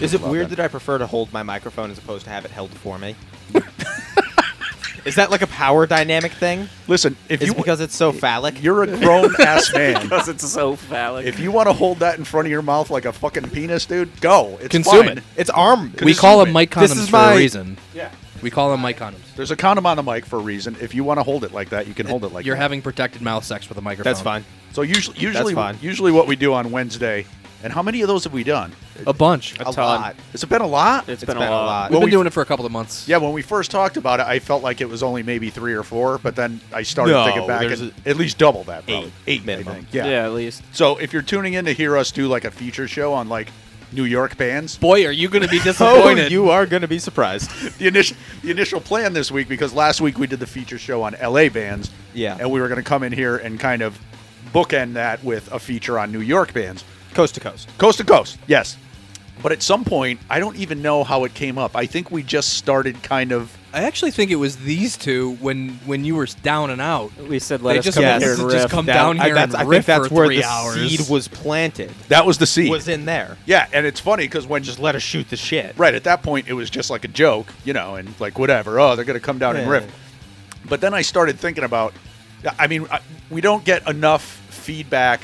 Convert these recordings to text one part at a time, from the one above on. Is it weird that I prefer to hold my microphone as opposed to have it held for me? Is that like a power dynamic thing? Listen, if Is you it because it's so phallic? you're a grown ass man. Because it's so phallic. If you want to hold that in front of your mouth like a fucking penis, dude, go. It's Consume fine. it. it's arm. we call them mic This condoms is for my- a reason. Yeah. We call them mic condoms. There's a condom on the mic for a reason. If you want to hold it like that, you can hold it like You're that. having protected mouth sex with a microphone. That's fine. so usually, usually, fine. usually what we do on Wednesday, and how many of those have we done? A bunch. A We've ton. lot. Has it been a lot? it's been, a lot. Well, been we- doing it for a couple of months. yeah, when we first talked about it, I felt like it was only maybe three or four, but then I started No, thinking back there's and at least double that, probably. Eight. I Minimum. think. yeah. Yeah. at least. So if you're tuning in to hear us do like a feature show on like New York bands, Boy, are you going to be Oh, disappointed. you are going to be surprised. the initial the initial plan this week because last week we did the feature show on LA bands. Yeah. And we were going to come in here and kind of bookend that with a feature on New York bands. Coast to coast. Coast to coast. Yes. But at some point, I don't even know how it came up. I think we just started kind of I actually think it was these two when when you were down and out. We said let They us just- come yes. here and just riff. come- That- down I, here that's, and I think riff that's for where three the hours. seed was planted. That was the seed. Was in there. yeah, and it's funny cuz when Just let us shoot the shit. right at that point it was just like a joke, you know, and like whatever. Oh, they're going to come down and Yeah. riff. But then I started thinking about. I mean, I- we don't get enough feedback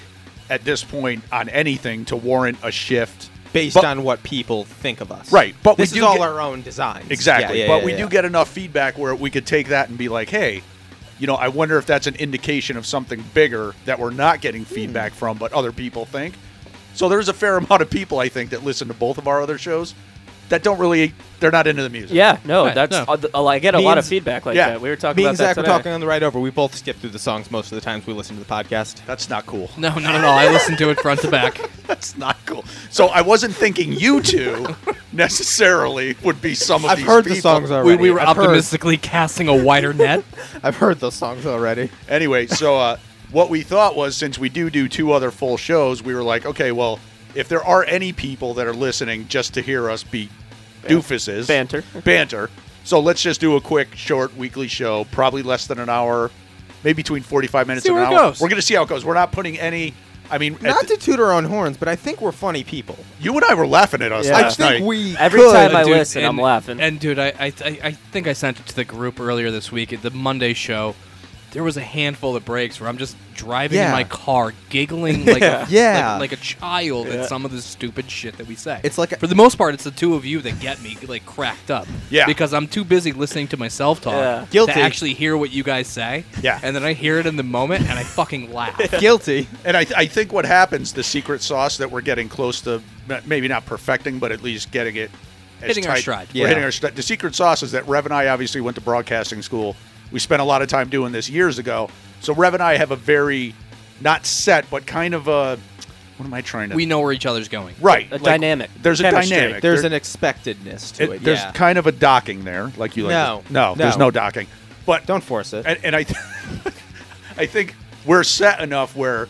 at this point on anything to warrant a shift Based But- on what people think of us. Right, but we this do is all get- our own designs. Exactly. Yeah, yeah, but yeah, we yeah. do get enough feedback where we could take that and be like, hey, you know, I wonder if that's an indication of something bigger that we're not getting Hmm. feedback from, but other people think. So there's a fair amount of people, I think, that listen to both of our other shows that don't really, they're not into the music. yeah, no, Right, that's. no. uh, th- uh, I get a lot of Means- feedback like Yeah. that. We were talking Me about and Zach that were today. talking on the ride over. We both skip through the songs most of the times we listen to the podcast. That's not cool. No, not at all. I listened to it front to back. That's not cool. So I wasn't thinking you two necessarily would be some of I've these heard the people. songs already. We, we were I've heard- optimistically casting a wider net. I've heard those songs already. Anyway, so uh, what we thought was since we do do two other full shows, we were like, okay, well, if there are any people that are listening just to hear us be doofuses, Banter. banter, so let's just do a quick, short weekly show, probably less than an hour, maybe between forty-five minutes See and where an it hour. goes. We're gonna see how it goes. We're not putting any. I mean, at Not the- to toot our own horns, but I think we're funny people. you and I were laughing at us Yeah. I last night. we Every time I- listen, I'm laughing. And dude, I, I I I think I sent it to the group earlier this week at the Monday show. There was a handful of breaks where I'm just driving in Yeah. my car, giggling like a, Yeah. like, like a child Yeah. at some of the stupid shit that we say. It's like a- for the most part, it's the two of you that get me like cracked up. Yeah. because I'm too busy listening to myself talk Yeah. Guilty. to actually hear what you guys say. Yeah. and then I hear it in the moment and I fucking laugh. guilty. And I, I think what happens, the secret sauce that we're getting close to, m- maybe not perfecting, but at least getting it as Hitting our tight- stride. We're Yeah. hitting our stride. The secret sauce is that Rev and I obviously went to broadcasting school. We spent a lot of time doing this years ago. So Rev and I have a very, not set, but kind of a, what am I trying to? We know where each other's going. right. A dynamic. There's a Chemistry. dynamic. There's There- an expectedness to it- it. There's yeah. kind of a docking there, like you like. No. to- no, there's No. no docking. But Don't force it. and, and I, th- I think we're set enough where,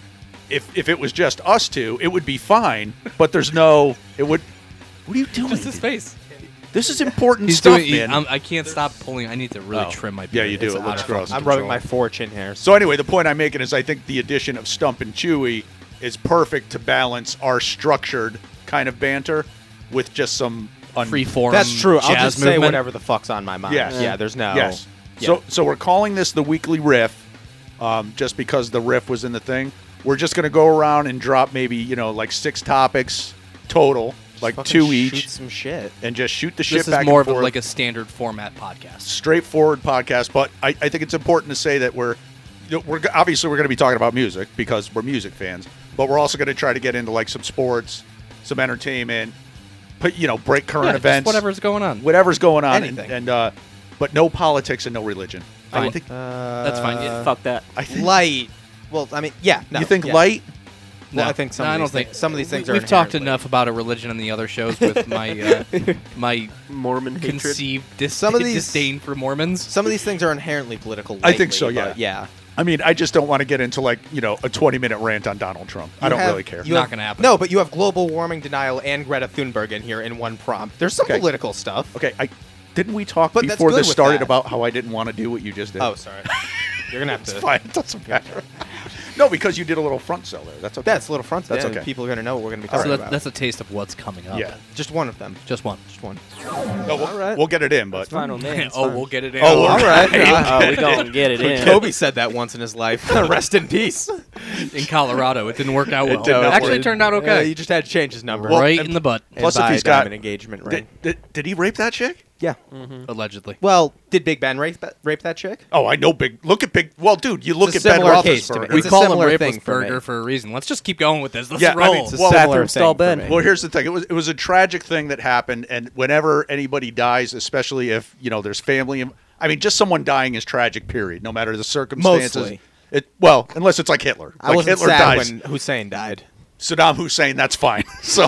if if it was just us two, it would be fine. But there's no, it would. What are you doing? Just his face. This is important He's stuff, doing. He, man. I'm, I can not stop pulling. I need to really Oh. trim my. Yeah, beard. you do. It's It out looks of gross. fucking I'm rubbing my control. fortune here. so anyway, the point I'm making is I think the addition of Stump and Chewy is perfect to balance our structured kind of banter with just some un- free form. that's true. I'll jazz just say movement. whatever the fuck's on my mind. Yes. Yeah. There's no. Yes. Yeah. So so we're calling this the weekly riff, um, just because the riff was in the thing. We're just gonna go around and drop maybe you know like six topics total, Just like fucking two shoot each, Some shit. and just shoot the shit This back is more and of a, forth. like a standard format podcast. straightforward podcast. But I, I think it's important to say that we're you know, we're g- obviously we're gonna be talking about music because we're music fans, but we're also gonna try to get into like some sports, some entertainment, put you know break current Yeah, just events, whatever's going on. whatever's going on, Anything. and, and uh, but no politics and no religion. I Fine. think Uh, That's fine. Yeah, Fuck that. I think Light. Well, I mean, yeah. No, you think yeah. light. Well, I think some no, of I don't these thi- think some of these things we, are We've talked inherently- enough about a religion on the other shows with my uh, my Mormon hatred. conceived dis- Some of these- disdain for Mormons. Some of these things are inherently political. I think lately, so, yeah. but Yeah. I mean, I just don't want to get into like you know a twenty-minute rant on Donald Trump. I You don't have- really care. you Not have- gonna happen. No, but you have global warming denial and Greta Thunberg in here in one prompt. There's some Okay. political stuff. okay, I didn't we talk But that's before good this with started that. about how I didn't want to do what you just did. Oh, sorry. Oh, You're gonna have it's to. fine. It doesn't matter. No, because you did a little front cell there. That's okay. That's a little front. That's yeah, okay. People are going to know what we're going to be All talking right. Oh, So about. that's, that's a taste of what's coming up. Yeah. just one of them. Just one. Just one. No, we'll, All right. we'll get it in, but Final man. oh, we'll get it in. Oh, all right. Oh, we don't get it in. Kobe said that once in his life. Rest in peace. in Colorado. It didn't work out well. did not Actually, work. it turned out Yeah, okay. you just had to change his number. right and- in the butt, And Plus, if buy he's a diamond got- engagement ring. did, did, did he rape that chick? yeah. allegedly. Well, did Big Ben rape that, rape that chick? Oh, I know. Big. Look at Big. Well, dude, you look a at Ben similar case to Roethlisberger. me. we it's a call him similar Rapeless thing for me. Burger for a reason. Let's just keep going with this. Let's Yeah, I roll. mean, It's a Well, similar bathroom stall thing Ben. for me. Well, here's the thing. It was it was a tragic thing that happened, and whenever anybody dies, especially if you know there's family, in- I mean, just someone dying is tragic. Period. No matter the circumstances. Mostly. It well, unless it's like Hitler. I like wasn't Hitler sad dies, when Hussein died. Saddam Hussein. That's fine. so,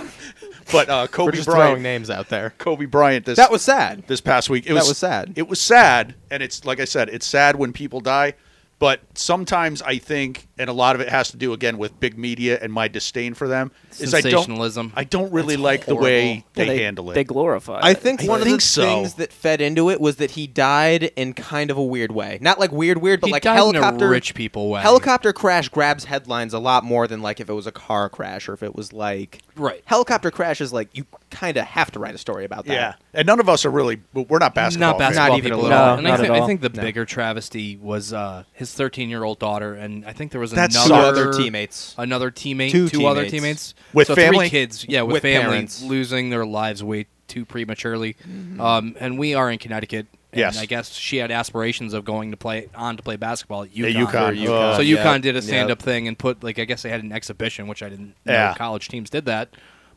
but uh, We're Kobe just throwing Bryant. names out there. Kobe Bryant. This That was sad. this past week. It That was sad. It was sad, and it's like I said, it's sad when people die. But sometimes I think, and a lot of it has to do again with big media and my disdain for them. Is I don't, Sensationalism. I don't really That's like the horrible. way Yeah, they, handle it. They glorify. I it. think I one of think the so. things that fed into it was that he died in kind of a weird way. Not like weird, weird, but He like died in a helicopter rich people way. Helicopter crash grabs headlines a lot more than like if it was a car crash or if it was like Right. Helicopter crash is like you kind of have to write a story about that. yeah, and none of us are really. We're not basketball. Not fans. basketball Not even a people little. at all. No, and I, not think, at I all. think the bigger travesty was uh, his 13 year old daughter, and I think there was That sucks. another Two other teammates. another teammate, Two two, other teammates. teammates With So family? three kids, yeah, with, With family parents. losing their lives way too prematurely. Um, and we are in Connecticut. And Yes. I guess she had aspirations of going to play on to play basketball at UConn. UConn. UConn. Oh, so UConn yep, did a yep. stand up thing and put like I guess they had an exhibition, which I didn't know Yeah. college teams did that,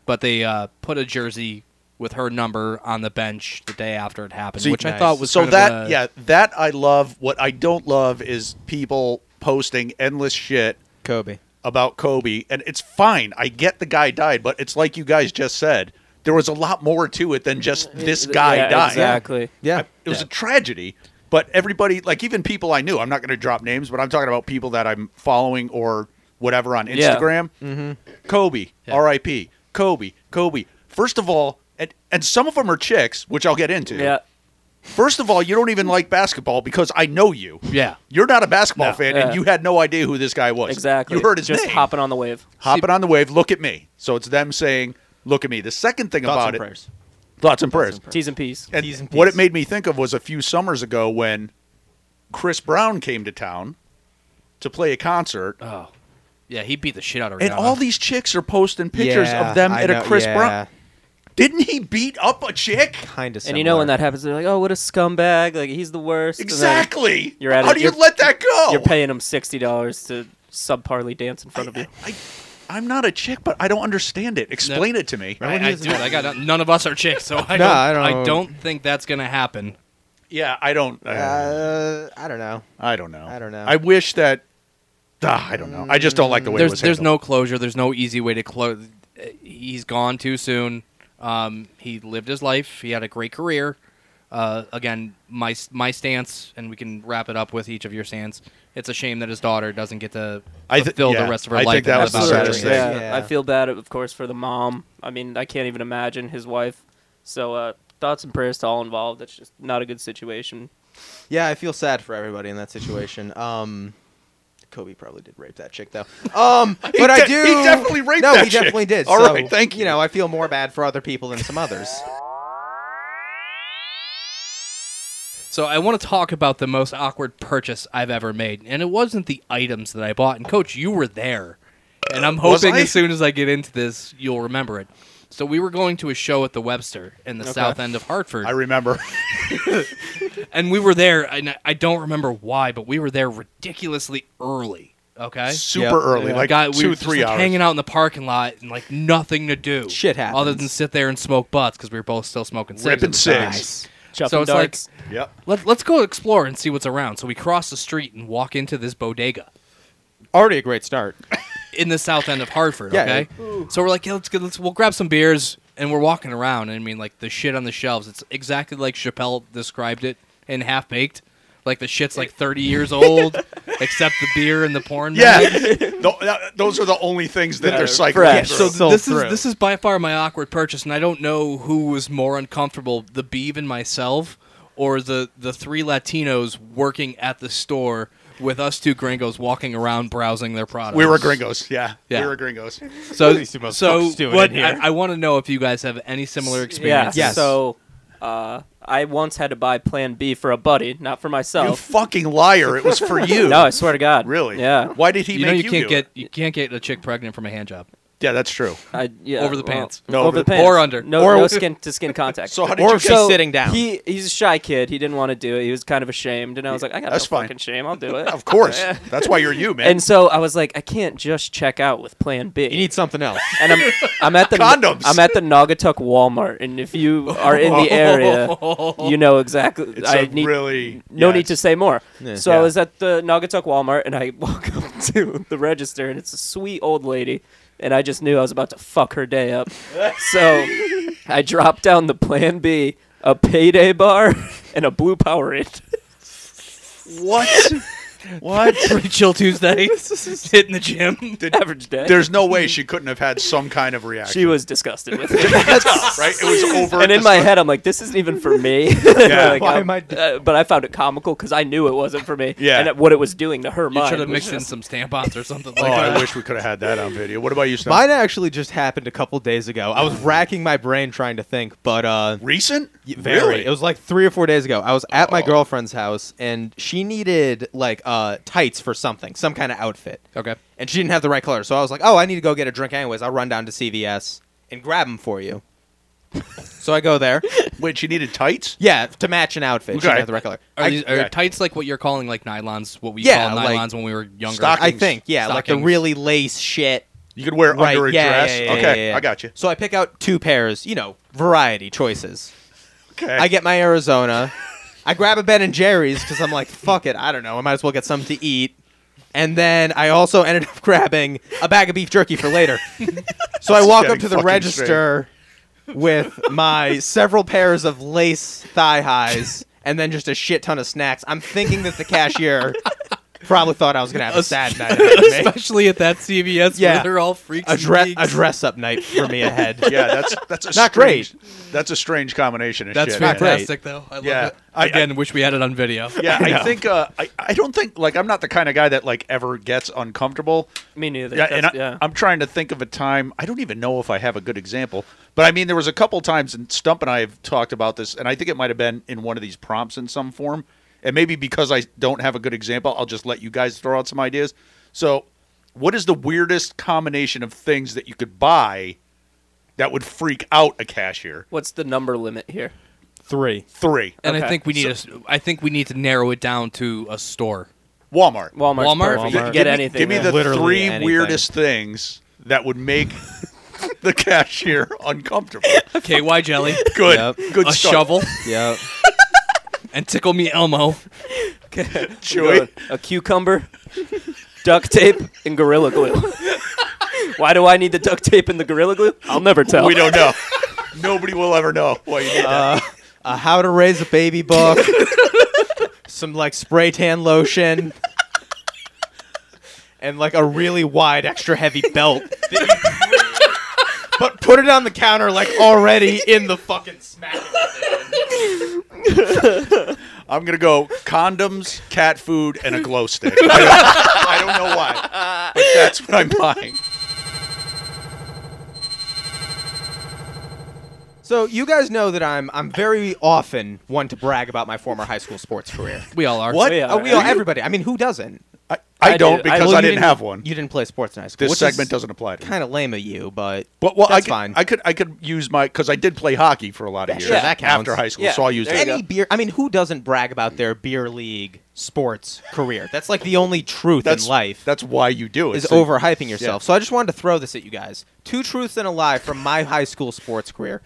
but they uh, put a jersey with her number on the bench the day after it happened, See, which I nice. thought was So kind of that a- yeah, that I love. What I don't love is people posting endless shit Kobe. about Kobe, and it's fine. I get the guy died, but it's like you guys just said. There was a lot more to it than just this guy yeah, died. Exactly. Yeah. I- it was a tragedy. But everybody, like even people I knew, I'm not going to drop names, but I'm talking about people that I'm following or whatever on Yeah. Instagram. Kobe, R.I.P. Kobe, Kobe. First of all, and and some of them are chicks, which I'll get into. Yeah. First of all, you don't even like basketball because I know you. Yeah. You're not a basketball fan, Yeah. and you had no idea who this guy was. Exactly. You heard his Just name. hopping on the wave. Hopping on the wave. Look at me. So it's them saying, "Look at me." The second thing Thoughts about and it, prayers. thoughts and prayers. T's and P's. And T's and what P's. it made me think of was a few summers ago when Chris Brown came to town to play a concert, Oh, yeah, he beat the shit out of and Rihanna. all these chicks are posting pictures Yeah, of them I at know- a Chris yeah, Brown. Didn't he beat up a chick? Kind of. And you know when that happens, they're like, "Oh, what a scumbag! Like he's the worst." And then Exactly. you're at How it. do you You're- let that go? You're paying him sixty dollars to subparly dance in front of you. I, am not a chick, but I don't understand it. Explain it to me. I, I, dude, I got none of us are chicks, so I, No, don't, I I, don't don't know. think that's gonna happen. Yeah, I don't. Uh, Uh, I don't know. I don't know. I don't know. I wish that. Ah, I don't know. I just don't like the way it There's was there's handled. no closure. There's no easy way to close. He's gone too soon. Um, he lived his life. He had a great career. Uh, again, my s- my stance, and we can wrap it up with each of your stance. It's a shame that his daughter doesn't get to I thi- fulfill yeah, the rest of her I life. think that and was the have a saddest dream. thing. Yeah, Yeah. I feel bad, of course, for the mom. I mean, I can't even imagine his wife. So uh, thoughts and prayers to all involved. That's just not a good situation. Yeah, I feel sad for everybody in that situation. Um, Kobe probably did rape that chick though. Um, but I de- do. he definitely raped no, that he chick. definitely did. All so, right, thank you. You know, I feel more bad for other people than some others. So I want to talk about the most awkward purchase I've ever made, and it wasn't the items that I bought. And Coach, you were there, and I'm Uh, Was hoping I? as soon as I get into this, you'll remember it. So we were going to a show at the Webster in the South End of Hartford, I remember. and we were there, and I- I don't remember why, but we were there ridiculously early. Okay, super Yep. early, Yeah. like Guy- we two, were just, three like, hours. hanging out in the parking lot and like nothing to do. Shit happens. Other than sit there and smoke butts because we were both still smoking cigs. Ripping at the time. cigs. Chuffing So it's darts. like Yep. Let, let's go explore and see what's around. So we cross the street and walk into this bodega Already a great start. in the south end of Hartford. Yeah. Okay, so we're like, yeah, let's go. Let's we'll grab some beers and we're walking around. And I mean, like the shit on the shelves. It's exactly like Chappelle described it in Half Baked. Like the shit's like 30 years old, except the beer and the porn. Yeah, mag. Tho- that- those are the only things that they're cycling fresh. through. So Sold this through. is this is by far my awkward purchase, and I don't know who was more uncomfortable, the Beeve and myself, or the the three Latinos working at the store with us two gringos walking around browsing their products. We were gringos. Yeah. Yeah. We were gringos. So, What are these two so motherfuckers doing what? in here? I, I want to know if you guys have any similar Yeah. experiences. Yes. So, uh, I once had to buy Plan B for a buddy, not for You myself. fucking liar. It was for you. no, I swear to God. Really? Yeah. Why did he you know make you can't do get it? you can't get a chick pregnant from a hand job. Yeah, that's true. I, yeah, Over the well, pants. No, over, over the the- pants. or under. No, Or- no skin to skin contact. So how did Or you if get? she's sitting down. He he's a shy kid. He didn't want to do it. He was kind of ashamed, and I was like, I got That's no fine. fucking shame. I'll do it. Of course. That's why you're you, man. And so I was like, I can't just check out with Plan B. You need something else. and I'm I'm at the Condoms. I'm at the Naugatuck Walmart, and if you are in the area, you know exactly. it's I a need really no yeah, need to it's- say more. Yeah. So I Yeah. was at the Naugatuck Walmart, and I walk up to the register, and it's a sweet old lady, and I just knew I was about to fuck her day up. so I dropped down the Plan B, a payday bar, and a blue Powerade. What? what? Pretty chill Tuesday, hitting the gym. Average day. There's no way she couldn't have had some kind of reaction. she was disgusted with it. right? It was over. and in my head, I'm like, this isn't even for me. Like, Why I'm- am I d- uh, but I found it comical because I knew it wasn't for me. Yeah. And that what it was doing to her You mind. should have was mixed in just- some tampons or something Oh, like I that. wish we could have had that on video. What about you, Snow? Mine actually just happened a couple days ago. I was racking my brain trying to think, but uh, Recent? Y- Very. Really? Oh. It was like three or four days ago. I was at my girlfriend's house and she needed like uh, tights for something, some kind of outfit. Okay. And she didn't have the right color. So I was like, oh, I need to go get a drink anyways. I'll run down to CVS and grab them for you. so I go there. Wait, she needed tights? Yeah, to match an outfit. She Okay. didn't have the right color. Are, I, these, are okay. tights like what you're calling like nylons? What we Yeah, call like nylons when we were younger. stock- I think, yeah, like the Stockings. really lace shit. You could wear it Right, under a yeah, dress. yeah, yeah, okay, yeah, yeah. I got you. So I pick out two pairs, you know, variety choices. Okay. I get my Arizona. I grab a Ben and Jerry's because I'm like, fuck it, I don't know. I might as well get something to eat. And then I also ended up grabbing a bag of beef jerky for later. so I walk up getting to the fucking register with my several pairs of lace thigh highs and then just a shit ton of snacks. I'm thinking that the cashier probably thought I was gonna have a sad night. ahead of me. Especially at that CVS Yeah. where they're all freaks. A, and dre- geeks. a dress up night for me ahead. yeah, that's that's a Not strange, That's a strange combination of That's shit. man. fantastic, though. I love Yeah. it. I- Again, wish we had it on video. Yeah, I I, know. think uh, I, I don't think like I'm not the kind of guy that like ever gets uncomfortable. Me neither. Yeah, That's- and I, yeah. I'm trying to think of a time. I don't even know if I have a good example, but I mean, there was a couple times, and Stump and I have talked about this, and I think it might have been in one of these prompts in some form. And maybe because I don't have a good example, I'll just let you guys throw out some ideas. So, what is the weirdest combination of things that you could buy that would freak out a cashier? What's the number limit here? Three. Three. And I Okay. think we need a s I think we need to narrow it down to a store. Walmart. Walmart's Walmart? perfect. You Walmart. can Give get me- anything. Give me there. the Literally three anything. weirdest things that would make the cashier uncomfortable. KY jelly, Good. Yep. Good a start, shovel, Yep. and tickle me Elmo. Chewy. a cucumber, duct tape, and gorilla glue. Why do I need the duct tape and the gorilla glue? I'll never tell. We don't know. Uh, Nobody will ever know why you did that. a Uh, how to raise a baby book, some like spray tan lotion, and like a really wide, extra heavy belt. but put it on the counter like already in the fucking smack. I'm gonna go condoms, cat food, and a glow stick. I don't, I don't know why, but that's what I'm buying. So you guys know that I'm I'm very often one to brag about my former high school sports career. We all are. What? We Oh, are. we all, everybody. I mean, who doesn't? I, I, I don't did- I- because I, well, you didn't, have one. You didn't play sports in high school. this segment doesn't apply to me. Kind of lame of you, but But well, I that's could, fine. I could I could use my because I did play hockey for a lot of Yeah, years sure, that counts. after high school, Yeah, so I'll use there that. you any go. beer i mean who doesn't brag about their beer league sports career that's like the only truth That's in life That's why you do it. is so- overhyping yourself so i just wanted to throw this at you guys two truths and a lie from my high school sports career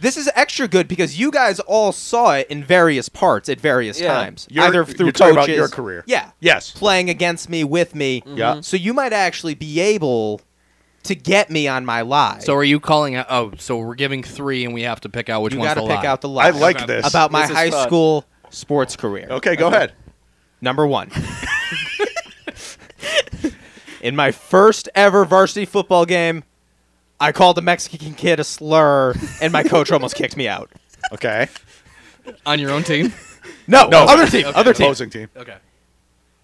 this is extra good because you guys all saw it in various parts at various Yeah. times You're- either through you're talking coaches about your career. yeah Yes. playing against me with me Yeah. so you might actually be able to get me on my lie So are you calling out? Oh, so we're giving three, and we have to pick out which you one's gotta the pick lie. out the lie I like Okay. this. about my This is high fun. school sports career okay, go ahead. Number one. In my first ever varsity football game, I called a Mexican kid a slur, and my coach almost kicked me out. Okay. on your own team. No, No. other team, other team. Opposing team. okay.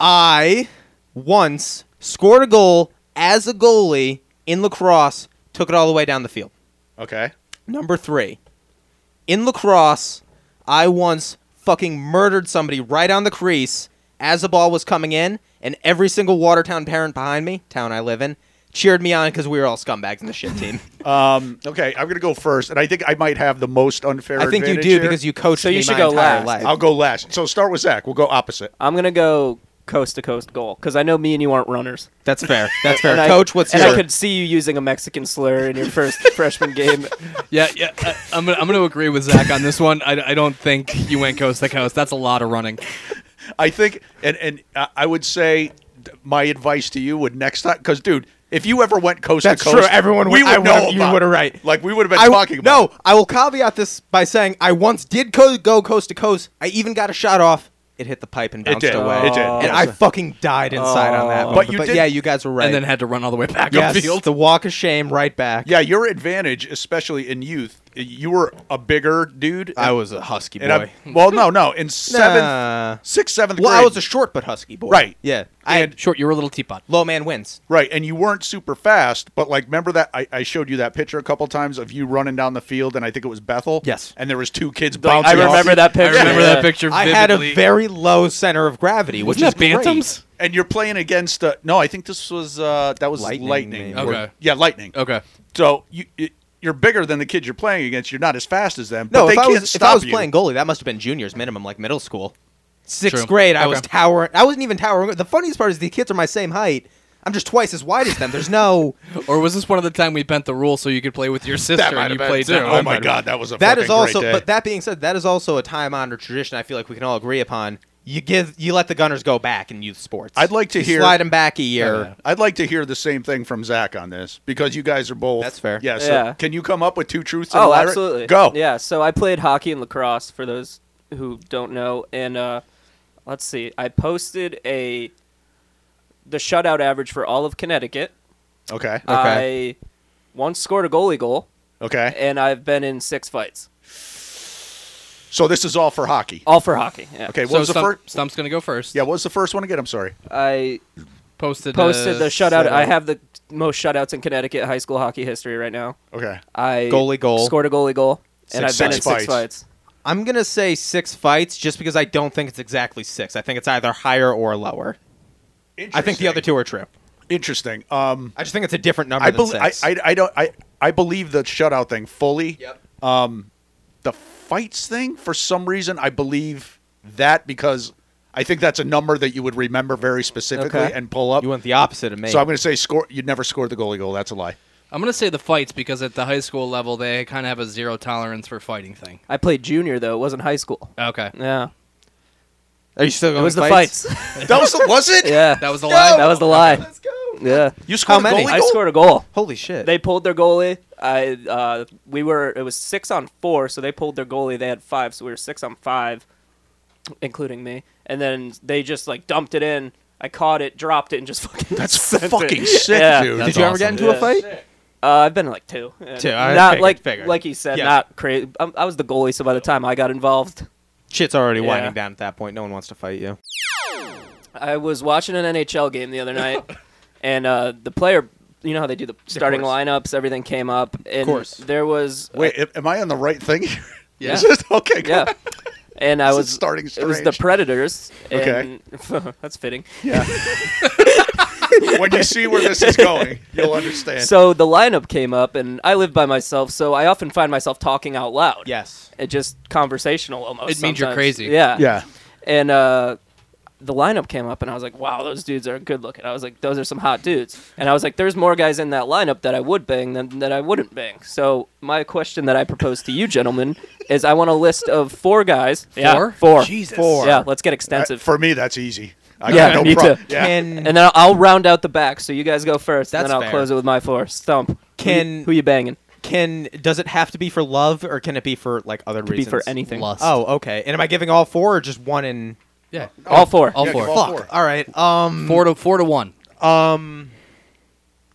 I once scored a goal as a goalie in lacrosse, took it all the way down the field. Okay. Number three, in lacrosse, I once fucking murdered somebody right on the crease as the ball was coming in, and every single Watertown parent behind me, town I live in, cheered me on because we were all scumbags in the shit team. Um, okay, I'm gonna go first, and I think I might have the most unfair. I think you advantage do here. because you coached So you me should my go entire last. life. I'll go last. So start with Zach. We'll go opposite. I'm gonna go coast to coast goal because I know me and you aren't runners. That's fair. That's fair. And I- Coach, what's and your? I could see you using a Mexican slur in your first freshman game. Yeah, yeah. I, I'm gonna, I'm gonna agree with Zach on this one. I, I don't think you went coast to coast. That's a lot of running. I think, and and uh, I would say th- my advice to you would next time, because dude, if you ever went coast That's to true. coast, Everyone we would- I would know would've- you about it. would've right. Like we would have been I, talking about. no, I will caveat this by saying I once did co- go coast to coast. I even got a shot off. It hit the pipe and it. bounced it did. away. It did. And I fucking died inside on that. Oh. One. But you did- yeah, you guys were right. And then had to run all the way back yes, upfield. the walk of shame right back. yeah, your advantage, especially in youth, you were a bigger dude. I and- was a husky boy. and I'm- well, no, no, in seventh, Nah. sixth, seventh well, grade. I was a short but husky boy. Right. Yeah. I had Short, you were a little teapot. low man wins. Right, and you weren't super fast, but like remember that I, I showed you that picture a couple times of you running down the field, and I think it was Bethel. Yes. and there was two kids Like, I bouncing. off remember you. that picture. I remember yeah. that picture. I Vividly. had a very low center of gravity, which Wasn't is that Bantams? And you're playing against uh, no, I think this was uh, that was Lightning, lightning. maybe. or- Okay. yeah, lightning. Okay. So you you- you're bigger than the kids you're playing against. You're not as fast as them. No, but they if I can't was if stop I was you. playing goalie, that must have been juniors minimum, like middle school. Sixth True. grade, I was Okay. towering. I wasn't even towering. The funniest part is the kids are my same height. I'm just twice as wide as them. There's no. Or was this one of the time we bent the rule so you could play with your sister and you played down? Oh my god, that was a That fucking is also. Great day. But that being said, that is also a time-honored tradition. I feel like we can all agree upon. You give, you let the gunners go back in youth sports. I'd like to You hear- slide them back a year. I'd like to hear the same thing from Zach on this because you guys are both. That's fair. Yeah. So Yeah. Can you come up with two truths? and a Oh, lie? absolutely. Go. Yeah. So I played hockey and lacrosse for those who don't know, and uh, let's see. I posted a the shutout average for all of Connecticut. Okay. Uh, Okay. I once scored a goalie goal, Okay. and I've been in six fights, So this is all for hockey. Oh, all for hockey. Yeah. Okay. What So was the Stump, first? Stump's gonna go first. Yeah. What was the first one again? I'm sorry. I Posted posted uh, the shutout. I several- have the most shutouts in Connecticut high school hockey history right now. Okay. I Goalie goal. scored a goalie goal, and I've Six- been in six six fights. fights. I'm gonna say six fights, just because I don't think it's exactly six. I think it's either higher or lower. I think the other two are true. Interesting. Um, I just think it's a different number I than believe. I, six. I, I don't. I I believe the shutout thing fully. Um, Yep. The fights thing, for some reason, I believe that because I think that's a number that you would remember very specifically Okay. and pull up. You went the opposite of me. So I'm going to say score. You never scored the goalie goal. That's a lie. I'm gonna say the fights because at the high school level they kind of have a zero tolerance for fighting thing. I played junior though; it wasn't high school. Okay. Yeah, Are you still it going? was the fights? fights. That was was it? yeah, That was the lie. That was the lie. Let's go. Yeah. You scored How the many? goalie I goal. scored a goal. Holy shit! They pulled their goalie. I uh, we were it was six on four, so they pulled their goalie. They had five, so we were six on five, including me. And then they just like dumped it in. I caught it, dropped it, and just fucking. That's sent it. fucking sick, Yeah. dude. Did That's you ever get awesome. into a Yeah. fight? Uh, I've been in, like two. Two, I Not figured- like figured. like you said, Yes. not crazy. I, I was the goalie, so by the time I got involved, Shit's already Yeah. winding down at that point. No one wants to fight you. I was watching an NHL game the other night, and uh, the player, you know how they do the starting course. lineups, everything came up, and course. there was Wait, am- am I on the right thing? Yeah. Is this- okay. Go yeah. And I This is was starting It was the strange. Predators. Okay. and- that's fitting. on. when you see where this is going, you'll understand. So the lineup came up, and I live by myself, so I often find myself talking out loud. Yes. It just conversational almost. It means you're sometimes. crazy. Yeah. yeah. And uh, the lineup came up, and I was like, "Wow, those dudes are good looking." I was like, "Those are some hot dudes." And I was like, "There's more guys in that lineup that I would bang than that I wouldn't bang." So my question that I propose to you, gentlemen, is I want a list of four guys. Four. Yeah, Four? four. Jesus. Four. Yeah. Let's get extensive. For me, that's easy. I Yeah, got no me prob- too. Yeah. Can And then I'll- I'll round out the back, so you guys go first, and That's then I'll fair. close it with my four. Stump. Who you- Can- who you banging? can does it have to be for love or can it be for like other Could be reasons? for anything. Lust. Oh, okay. And am I giving all four or just one in? Yeah. All four. All Yeah, four. give all Fuck. four. All right. Um. Four to four to one. Um.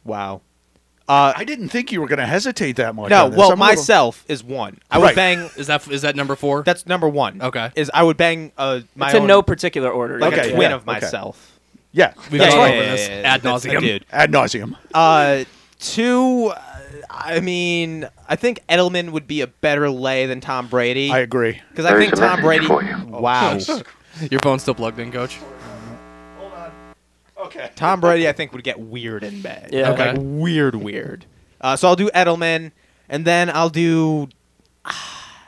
Wow. Uh, I didn't think you were going to hesitate that much. No. on this. Well, I'm a little- myself is one. I would Right. bang. Is that is that number four? That's number one. Okay. Is I would bang uh my It's in own- no particular order. like Okay, a twin yeah, of okay. myself. Yeah, We've Yeah, that's yeah, gone right. over yeah, this yeah, yeah. ad That's- nauseum. dude. Ad nauseum. Uh, two. uh, I mean, I think Edelman would be a better lay than Tom Brady. I Oh, agree. Because I There's think a Tom message Brady. for you. Wow. Your phone's still plugged in, Coach. Okay. Tom Brady, I think, would get weird in bed. Yeah. Like, Okay. weird, weird. Uh, so I'll do Edelman, and then I'll do. ah,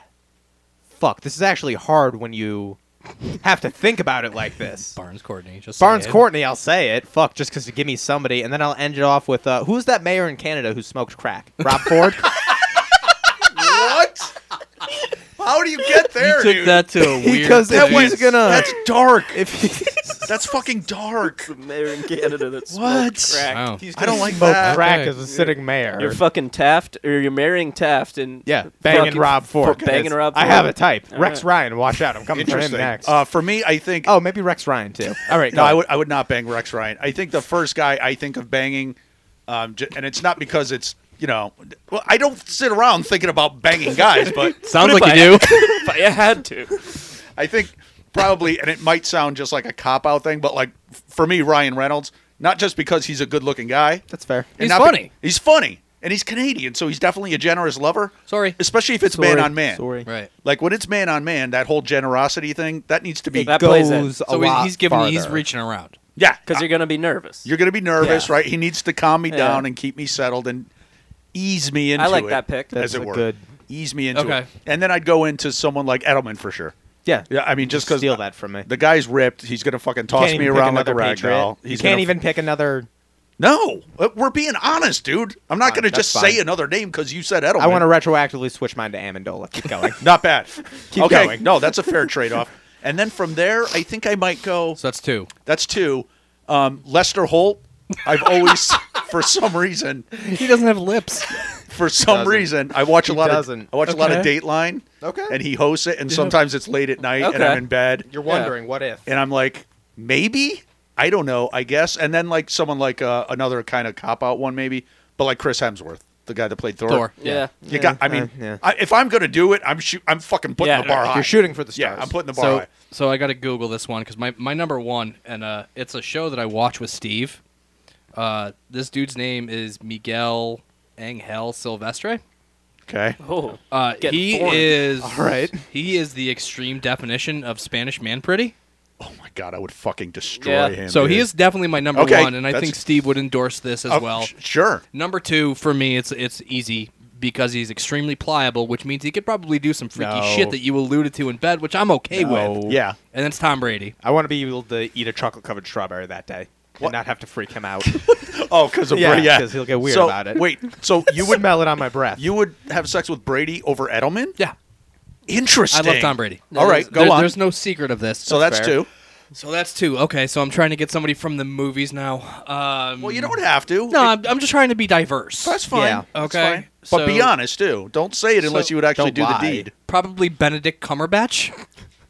fuck, this is actually hard when you have to think about it like this. Barnes Courtney. Just Barnes saying. Courtney, I'll say it. Fuck, just because you give me somebody, and then I'll end it off with uh, who's that mayor in Canada who smokes crack? Rob Ford. What? How do you get there, You took dude? that to a weird Because if place. he's gonna, That's dark. if he's, That's fucking dark. The mayor in Canada that smoked What? crack. Wow. he's I don't gonna like smoke that. crack Okay. as a sitting mayor. You're fucking Taft, or you're marrying Taft, and yeah, banging fucking Rob Ford. banging It's- Rob I have a Ford. type. All Rex right. Ryan, watch out. I'm coming for him Interesting. next. Uh, for me, I think. Oh, maybe Rex Ryan too. All right, no, go. I would. I would not bang Rex Ryan. I think the first guy I think of banging, um, j- and it's not because it's you know, well, I don't sit around thinking about banging guys, but Sounds What if like you do. If I had to. I think probably, and it might sound just like a cop out thing, but like f- for me, Ryan Reynolds, not just because he's a good looking guy, That's fair. and He's not be- funny. he's funny, and he's Canadian, so he's definitely a generous lover. Sorry. especially if it's man on man. Sorry. Right. Like when it's man on man, that whole generosity thing that needs to be. That plays in. goes a So lot he's, he's giving. He's farther. reaching around. yeah, Because you're gonna be nervous. You're going to be nervous, Yeah. right? He needs to calm me Yeah. down and keep me settled and ease me into it. I like that pick. as That's it a were. good- Ease me into Okay. it. And then I'd go into someone like Edelman for sure. Yeah, Yeah, I mean, just because steal that from me. the guy's ripped, he's going to fucking toss me around like a rag doll. You He's can't gonna- even pick another. No, Uh, we're being honest, dude. I'm not Fine, going to that's just fine. say another name because you said Edelman. I want to retroactively switch mine to Amendola. Keep going. Not bad. Keep okay, going. no, that's a fair trade off. And then from there, I think I might go. So that's two. That's two. Um, Lester Holt. I've always, for some reason, He doesn't have lips. for some doesn't. reason I watch a He lot doesn't. of I watch a lot of Okay. Dateline. Okay. And he hosts it and sometimes it's late at night and Okay. I'm in bed You're Yeah. wondering what if? and I'm like maybe I don't know, I guess. And then like someone like uh, another kind of cop out one maybe, but like Chris Hemsworth, the guy that played Thor. Thor. yeah. You got I mean Uh, yeah. I, if I'm going to do it, I'm shoot, I'm fucking putting Yeah, the bar high. You're shooting for the Yeah, stars. I'm putting the bar So high. so I got to Google this one because my my number one and uh it's a show that I watch with Steve. Uh, this dude's name is Miguel Angel Silvestre. Okay. Oh. Uh, Get he formed. is All right. He is the extreme definition of Spanish man pretty. Oh my god, I would fucking destroy Yeah. him. So he dude. is definitely my number Okay, one, and I that's- think Steve would endorse this as Oh, well. sh- sure. number two for me, it's it's easy because he's extremely pliable, which means he could probably do some freaky No. shit that you alluded to in bed, which I'm okay with. Yeah. And then it's Tom Brady. I want to be able to eat a chocolate covered strawberry that day What? and not have to freak him out. Oh, cuz of Yeah, Brady, yeah. 'cause he'll get weird So, about it. Wait, so you would smell it on my breath. you would have sex with Brady over Edelman? Yeah, I Interesting. love Tom Brady. All right, go There- on. There's no secret of this. so So, that's, that's fair. two. that's two. Okay, so I'm trying to get somebody from the movies now. Um, Well, you don't have to. No, It- I'm, I'm just trying to be diverse. that's fine. Yeah. That's Okay, fine. but be so- honest too. Don't say it unless So- you would actually Don't do the lie. deed. Probably Benedict Cumberbatch.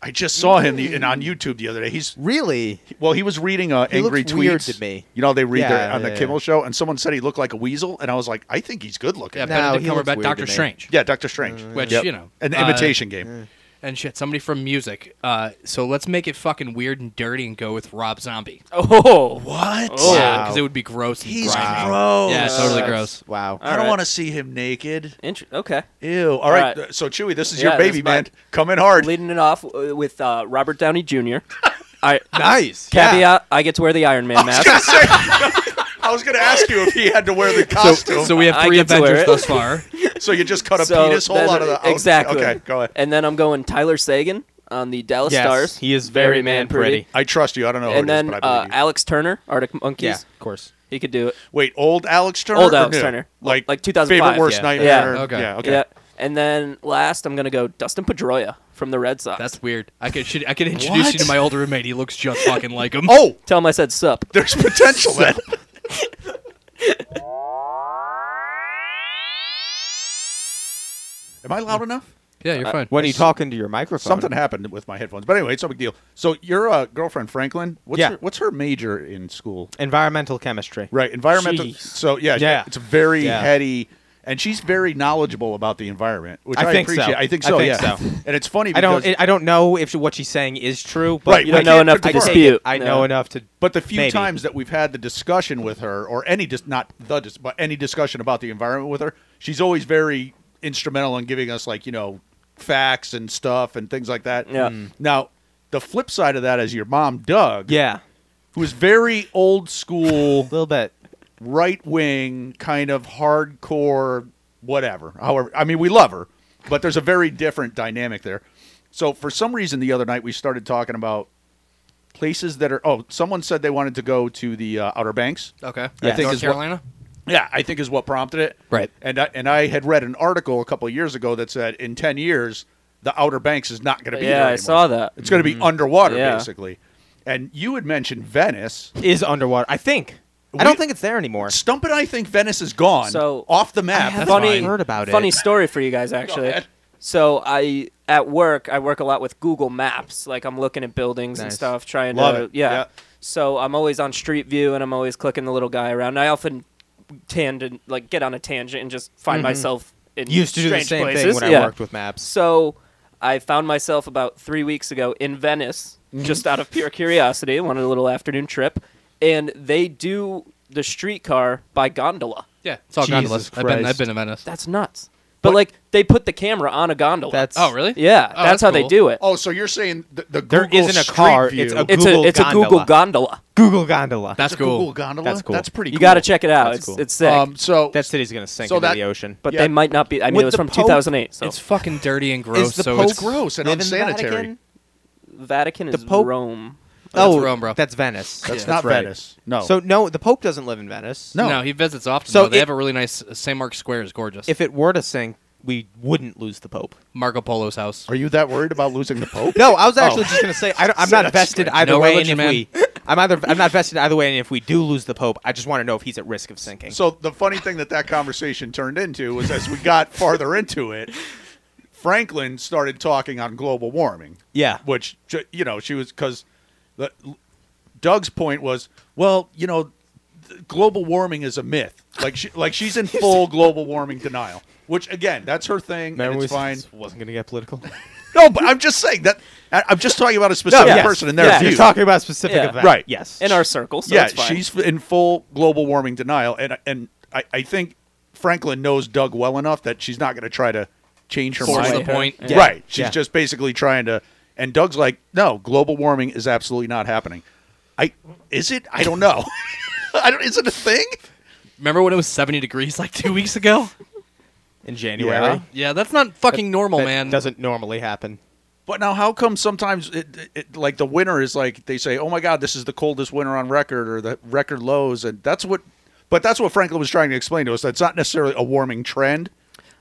I just saw him the, and on YouTube the other day. He's really? well, he was reading uh, He angry looks tweets. weird to me. You know, they read their, Yeah, on the yeah. Kimmel show, and someone said he looked like a weasel, and I was like, I think he's good looking. Yeah, Yeah, No, Benedict he looks Cumberbatch, weird Doctor to me. Strange. Doctor Strange. Which, you know, an uh, imitation game. and shit. Somebody from music. Uh, so let's make it fucking weird and dirty and go with Rob Zombie. Oh. What? Oh. Yeah, Wow. because it would be gross. And He's grimy. gross. Yeah, gross. totally That's- gross. Wow. I don't Alright. want to see him naked. Inter- okay. Ew. All right. Alright. So Chewy, this is Yeah, your this baby, is mine. man. Come in hard. Leading it off uh, with uh, Robert Downey Jr. I, Nice. caveat: I get to wear the Iron Man I was mask. gonna say- I was going to ask you if he had to wear the costume. So we have I three get to wear Avengers it. thus far. So you just cut a penis hole then- out of the out- exactly. Okay, go ahead. And then I'm going Tyler Sagan on the Dallas Yes, Stars. he is very man pretty. I trust you. I don't know. And who it is, then but I uh, believe you. Alex Turner, Arctic Monkeys. Yeah, of course. He could do it. wait, old Alex Turner. Old or Alex new? Turner. like Like 2005, Favorite worst yeah. nightmare. Yeah. Okay. Yeah. Okay. Yeah. And then last, I'm gonna go Dustin Pedroia from the Red Sox. That's weird. I could should, I could introduce What? you to my older roommate. He looks just fucking like him. Oh, Tell him I said sup. there's potential then. Am I loud enough? yeah, you're fine. When you talking to your microphone, Something happened with my headphones, but anyway, it's no big deal. So your uh, girlfriend Franklin, what's Yeah. her, what's her major in school? environmental chemistry. Right, environmental. Jeez. So yeah, Yeah. it's very Yeah. heady, and she's very knowledgeable about the environment, which I I, think so. appreciate. I think I so. think yeah. so. And it's funny. I Because don't. I don't know if what she's saying is true, but Right, I You don't can't- know enough to I take it. dispute. I No. know enough to. But the few maybe. times that we've had the discussion with her, or any dis- not the dis- but any discussion about the environment with her, she's always very instrumental in giving us like you know facts and stuff and things like that. Yeah. Mm. Now, the flip side of that is your mom, Doug, yeah, who is very old school, a little bit. right wing, kind of hardcore, whatever. However, I mean we love her, but there's a very different dynamic there. So for some reason, the other night we started talking about places that are. Oh, someone said they wanted to go to the uh, Outer Banks. Okay. I think North is what- Carolina. Yeah, I think is what prompted it. Right. And I, and I had read an article a couple of years ago that said in ten years the Outer Banks is not going to be. there yeah, I anymore. saw that. Mm-hmm. It's going to be underwater Yeah. basically. And you had mentioned Venice. Is underwater. I think. We- I don't think it's there anymore. Stump and I think Venice is gone. So- off the map. have- That's Funny- fine. heard about it. Funny story for you guys, actually. ahead. So I at work, I work a lot with Google Maps. Like I'm looking at buildings and Nice. stuff, trying Love to it. Yeah. Yeah. So I'm always on Street View, and I'm always clicking the little guy around. And I often tangent, like get on a tangent and just find myself in Mm-hmm. Used to do the strange same places. thing when yeah. I worked with maps. So I found myself about three weeks ago in Venice, Mm-hmm. just out of pure curiosity, wanted a little afternoon trip, and they do the streetcar by gondola. Yeah, it's all Jesus gondolas. I've been, I've Christ. been to Venice. That's nuts. But like they put the camera on a gondola. That's oh, really? yeah, Oh, that's, how they cool. do it. Oh, so you're saying the, the There Google isn't a Street car, View- it's a- it's Google a it's a Google gondola. gondola. Google Gondola. That's a cool. Google gondola. That's cool. That's pretty. You cool. got to check it out. That's it's cool. it's sick. Um, so that city's gonna sink So into that- the ocean. but yeah. they might not be. I mean, With it was the from Pope, 2008. So It's fucking dirty and gross. the so Pope- it's it's gross and Live in unsanitary. Vatican? Vatican is the Pope- Rome. That's Rome, bro. That's Venice. That's Yeah, not that's right. Venice. No. So no, the Pope doesn't live in Venice. No. No. he visits often. So So they it- have a really nice St. Mark's Square is gorgeous. If it were to sink, we wouldn't lose the Pope. Marco Polo's house. are you that worried about losing the Pope? No, I was actually just gonna say I, am not vested either No way. religion, and if we, I'm either I'm not vested either way. And if we do lose the Pope, I just want to know if he's at risk of sinking. So the funny thing that that conversation turned into was as we got farther into it, Franklin started talking on global warming. Yeah. Which ju- you know she was because Doug's point was well you know th- global warming is a myth like she, like she's in full global warming denial. Which again, that's her thing. And Remember it's we fine. wasn't gonna get political. No, but I'm just saying that I- I'm just talking about a specific yes. person and their Yeah. view. You're talking about specific Yeah. event, Right. Yes. in our circle. So yeah, it's fine. she's in full global warming denial, and and I, I think Franklin knows Doug well enough that she's not going to try to change her Force the mind. Right. point. Yeah. Right? She's Yeah. just basically trying to. And Doug's like, no, global warming is absolutely not happening. I is it? I don't know. I don't. Is it a thing? Remember when it was 70 degrees like two weeks ago? in January. Oh, Yeah. Yeah, that's not fucking normal, That man. doesn't normally happen. But now, how come sometimes it, it- it, like the winter is like they say, oh my god, this is the coldest winter on record or the record lows, and that's what. But that's what Franklin was trying to explain to us. That's not necessarily a warming trend.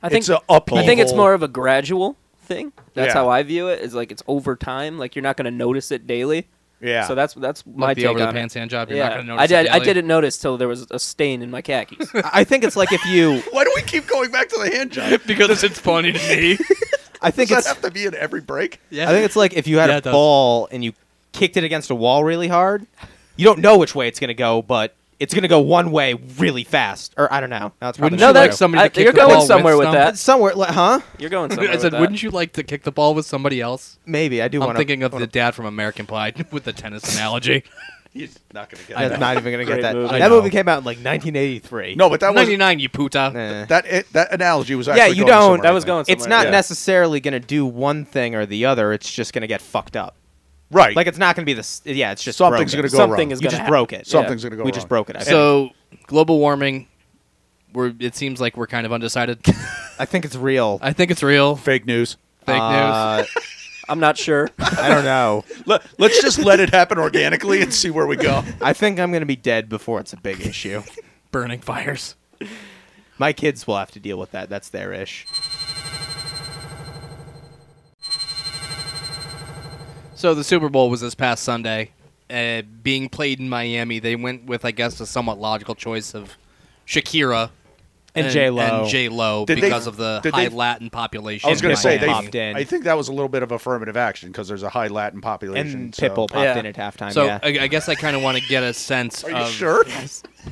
I think it's a upheaval. I think it's more of a gradual thing. That's Yeah. how I view it. Is like it's over time. Like you're not going to notice it daily. Yeah. So that's that's my Like the take over the on pants it. hand job. You're yeah. not gonna notice. I did. it I daily. didn't notice till there was a stain in my khakis. I think it's like if you. Why do we keep going back to the hand job? because it's funny to me. I think Does that it's. have to be in every break? yeah, I think it's like if you had Yeah, a it does. ball and you kicked it against a wall really hard. You don't know which way it's going to go, but it's going to go one way really fast. Or I don't know. No, it's probably Wouldn't not no, you true. like that's somebody to I- kick you're the going ball with somewhere with Stump? that. But somewhere, like, huh? You're going somewhere. I with said, that. wouldn't you like to kick the ball with somebody else? Maybe I do I'm want. thinking of the dad from American Pie with the tennis analogy. He's not going to get That's that. not even gonna Great get that. movie. I That know. movie came out in like 1983. No, but that was 99, you puta. Eh. that it, that analogy was actually yeah, you going don't. somewhere, That I was think. going It's somewhere, not yeah. necessarily gonna do one thing or the other. It's just gonna get fucked up. right. Like it's not gonna be this. Yeah, it's just Something's broken. gonna go Something wrong. is You gonna just happen. broke it. Something's going to go. we just wrong. broke it. I, think. So global warming, we're it seems like we're kind of undecided. I think it's real. I think it's real. Fake fake news. news. Uh, I'm not sure. I don't know. Let, let's just let it happen organically and see where we go. I think I'm gonna be dead before it's a big issue. Burning fires. My kids will have to deal with that. That's their ish. So the Super Bowl was this past Sunday, uh, being played in Miami. They went with, I guess, a somewhat logical choice of Shakira And J-Lo. and J Lo Did they- because of the did high they- Latin population. I was going gonna to in say they. Miami. popped in. I think that was a little bit of affirmative action because there's a high Latin population. and so- Pitbull popped Yeah. in at halftime. So yeah. I, I guess I kind of want to get a sense. Are you of, Um, sure?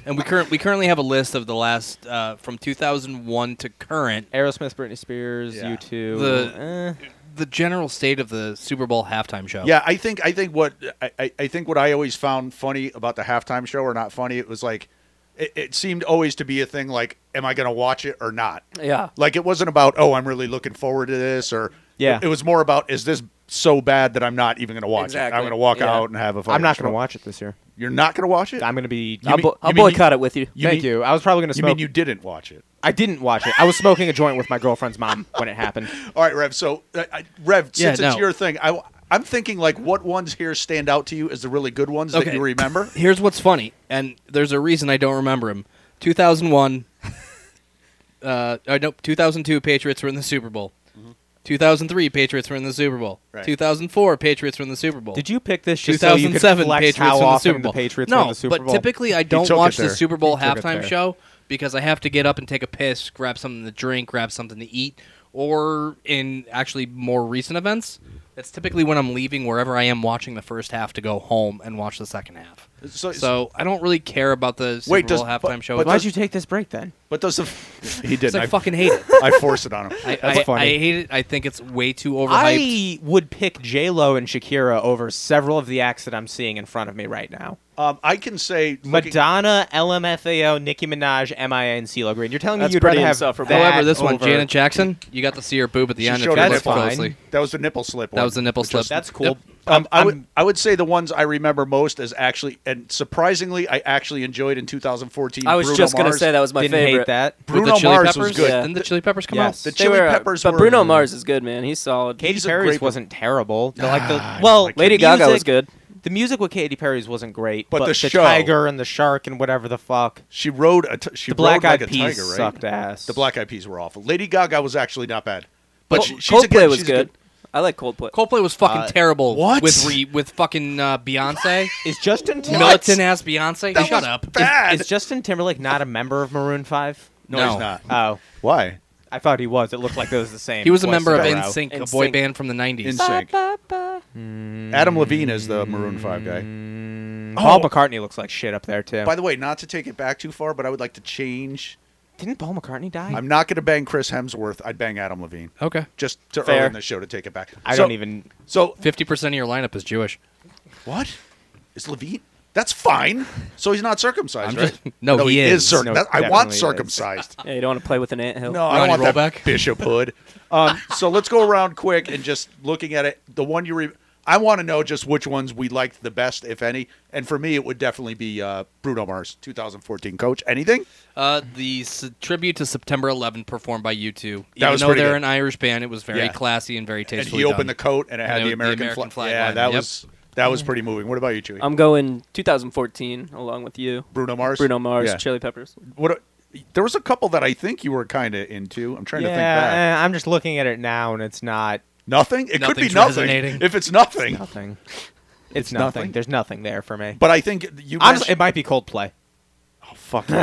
And we current we currently have a list of the last uh, from 2001 to current. Aerosmith, Britney Spears, Yeah. U2. The- eh. The general state of the Super Bowl halftime show. Yeah, I think I think what I- I, I think what I always found funny about the halftime show or not funny, it was like it, it seemed always to be a thing like, am I going to watch it or not? Yeah. Like it wasn't about, oh, I'm really looking forward to this, or Yeah. it, was more about, is this so bad that I'm not even going to watch it? Exactly, I'm going to walk yeah. out and have a. I'm not going fucking to watch it this year. smoke. You're not going to watch it. I'm going to be. I'll, mean- bo- I'll you mean you- boycott it with you. you thank mean- you. I was probably going to you smoke. mean you didn't watch it? I didn't watch it. I was smoking a joint with my girlfriend's mom when it happened. All right, Rev. So, uh, I- Rev, Yeah, since it's no. your thing, I, am thinking like, what ones here stand out to you as the really good ones that Okay. you remember? Here's what's funny, and there's a reason I don't remember him. 2001. uh, or nope. 2002 Patriots were in the Super Bowl. 2003 Patriots were in the Super Bowl. Right. 2004 Patriots were in the Super Bowl. Did you pick this just so you could 2007 flex Patriots how win the often Super Bowl. the Patriots no, win the Super but Bowl? typically I don't took it watch the there. Super Bowl He took it halftime there. show because I have to get up and take a piss, grab something to drink, grab something to eat, or in actually more recent events, that's typically when I'm leaving wherever I am watching the first half to go home and watch the second half. So- So, I don't really care about the Super Wait, does- Bowl halftime but- show. but Why'd does- Because you take this break then? But those have he did. I fucking hate it. I forced it on him. I, That's I- funny. I hate it. I think it's way too overhyped. I would pick J Lo and Shakira over several of the acts that I'm seeing in front of me right now. um, I can say looking- Madonna, LMFAO, Nicki Minaj, MIA, and CeeLo Green. You're telling me That's you'd pretty rather have insufferable. that However, this one, over- Janet Jackson, you got to see her boob at the she end if you showed her look nipple. closely. That was the nipple slip. That one, was the nipple which slip. was- That's cool. Yep. Um, I would I'm- I would say the ones I remember most is actually and surprisingly I actually enjoyed in 2014. I was Bruno just going to Mars. say that was my didn't favorite. hate that. With Bruno the chili Mars peppers? was good. Yeah. Didn't the chili peppers come Yes. out? The They chili were- uh, peppers but were Bruno Mars is good, man. He's solid. Katy He's a Perry's great one. wasn't terrible. The, like the Ah, well, like Lady the Gaga was music- good. The music with Katy Perry's wasn't great, But but, the the show- tiger and the shark and whatever the fuck. She rode a t- she The Black rode like Eyed a Peas tiger, right? sucked ass. The Black Eyed Peas were awful. Lady Gaga was actually not bad, but Col- she, she's Coldplay again, was she's good. I like Coldplay. Coldplay was fucking Uh, terrible. what? with re, with fucking uh, Beyonce, Is Justin Timberlake militant ass Beyonce? That Shut was up. Bad. is, is Justin Timberlake not a member of Maroon Five? no, No. he's not. Oh, Why? I thought he was. It looked like it was the same. He was a voice member of in row. NSYNC, a boy NSYNC. band from the '90s. In sync. Adam Levine is the Maroon Five guy. Paul Oh. McCartney looks like shit up there too. By the way, not to take it back too far, but I would like to change. Didn't Paul McCartney die? I'm not going to bang Chris Hemsworth. I'd bang Adam Levine. okay, Just to Fair. earn the show to take it back. I So- don't even. So fifty percent of your lineup is Jewish. what is Levine? That's fine. So he's not circumcised, I'm right? just- no, he is. circ- No, that- I definitely want is. circumcised. Yeah, you don't want to play with an anthill. No, I don't want Ronnie that Rollback? bishop hood. Um, so let's go around quick and just looking at it. The one you, re- I want to know just which ones we liked the best, if any. And for me, it would definitely be uh, Bruno Mars, 2014 coach. Anything? Uh, the s- tribute to September 11 performed by U2. That Even was though pretty they're good. an Irish band, it was very Yeah. classy and very and tastefully he opened the done. coat and it had And the it- the American, American flag. flag Yeah, line, that yep. was that was pretty moving. What about you, Chewy? I'm going 2014 along with you. Bruno Mars. Bruno Mars, Yeah. Chili Peppers. What? a- there was a couple that I think you were kind of into. I'm trying to think back. Yeah, eh, I'm just looking at it now, and it's not Nothing. It could be Nothing's nothing. resonating. If it's nothing, nothing. It's nothing? nothing. There's nothing there for me. but I think Honestly, you. it mentioned- might be Coldplay. oh, fuck you.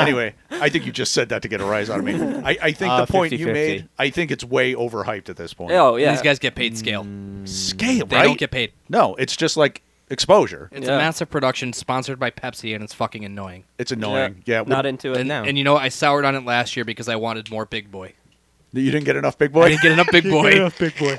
anyway, I think you just said that to get a rise out of me. I, I think Uh, the point you 50-50. made. I think it's way overhyped at this point. Oh yeah. These guys get paid scale. Scale. They Mm. right? don't get paid. No, it's just like exposure. It's Yeah. a massive production sponsored by Pepsi, and it's fucking annoying. It's annoying. Yeah. not we- into it. And, no. and you know, what? I soured on it last year because I wanted more Big Boy. you didn't get enough, big I boy. didn't get enough Big Boy. big boy.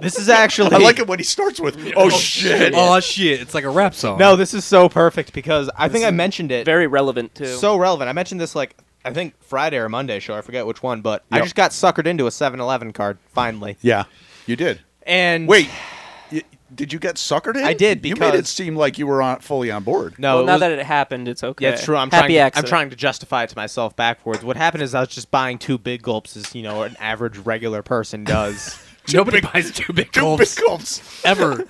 This is actually. I like it when he starts with, "Oh shit." oh shit! It's like a rap song. No, this is so perfect because I think I mentioned it. Very relevant too. so relevant. I mentioned this like I think Friday or Monday show. I forget which one, but I Yep. just got suckered into a 7-Eleven card finally. Yeah, you did. And Wait, y- did you get suckered in? I did, you made it because- seem like you were on, fully on board. no, well, it now was- that it happened, it's okay. uh, yeah, it's true. I'm Happy trying. accident. I'm trying to justify it to myself backwards. What happened is I was just buying two big gulps, as you know, an average regular person does. nobody buys two big Two big gulps gulps. ever.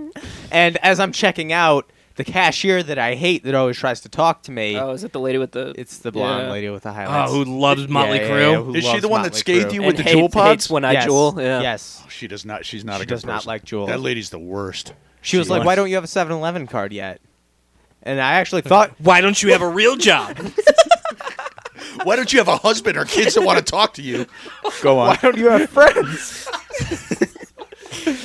and as I'm checking out, the cashier that I hate that always tries to talk to me. Oh, is it the lady with the? It's the blonde Yeah. lady with the Oh, highlights. who loves Motley Yeah, yeah, yeah, Crue? who Is she loves the one that Motley skated Crue. you And with the hates- jewel pods? hates when I yes. jewel. Yeah. Yes. She does not. She's not. She a good does not person. like Jewel. That lady's the worst. She was like, wants- "Why don't you have a 7-Eleven card yet?" and I actually thought Why don't you have a real job? Why don't you have a husband or kids that want to talk to you? Go on. why don't you have friends?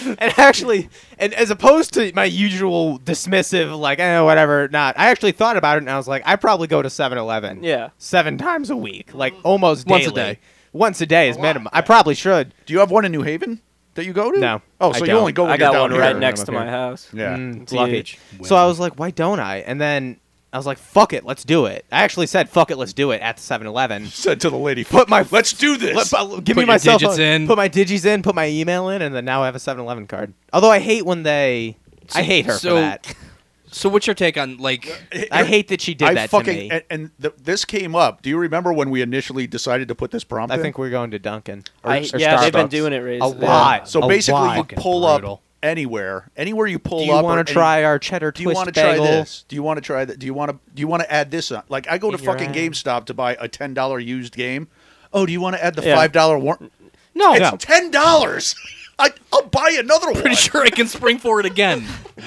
and actually, and as opposed to my usual dismissive, like, eh, whatever, not, I actually thought about it and I was like, I probably go to 7 Eleven. Yeah. Seven times a week, like almost Once a daily. day. Once a day is minimum. I probably should. Do you have one in New Haven that you go to? No, Oh, I so you don't. only go when I you're got down one here. right here. next I'm to up my here. house. Yeah. Mm, it's It's lucky. huge. So I was like, why don't I? And then I was like, fuck it, let's do it. I actually said, fuck it, let's do it at the 7 Eleven. Said to the lady, Put my- let's do this. Let- uh, give Put me your my cell digits phone- in. Put my digits in. Put my email in, and then now I have a 7-Eleven card. Although I hate when they, I hate her so- for that. So what's your take on like? I hate that she did I that fucking to me. and, and th- this came up. Do you remember when we initially decided to put this prompt? I in? think we're going to Dunkin'. I, or yeah, they've been Starbucks. doing it, Raise. a lot. so. a Basically, lot. you Fucking pull brutal. up anywhere, anywhere you pull Do up. you or want any- to try our cheddar Do you twist want to try bagel? this? Do you want to try that? Do you want to? Do you want to add this on? Like, I go to In your fucking eye. GameStop to buy a ten dollar used game. Oh, do you want to add the Yeah. five dollar one? No, it's No. ten dollars. I, I'll buy another one. pretty sure I can spring for it again.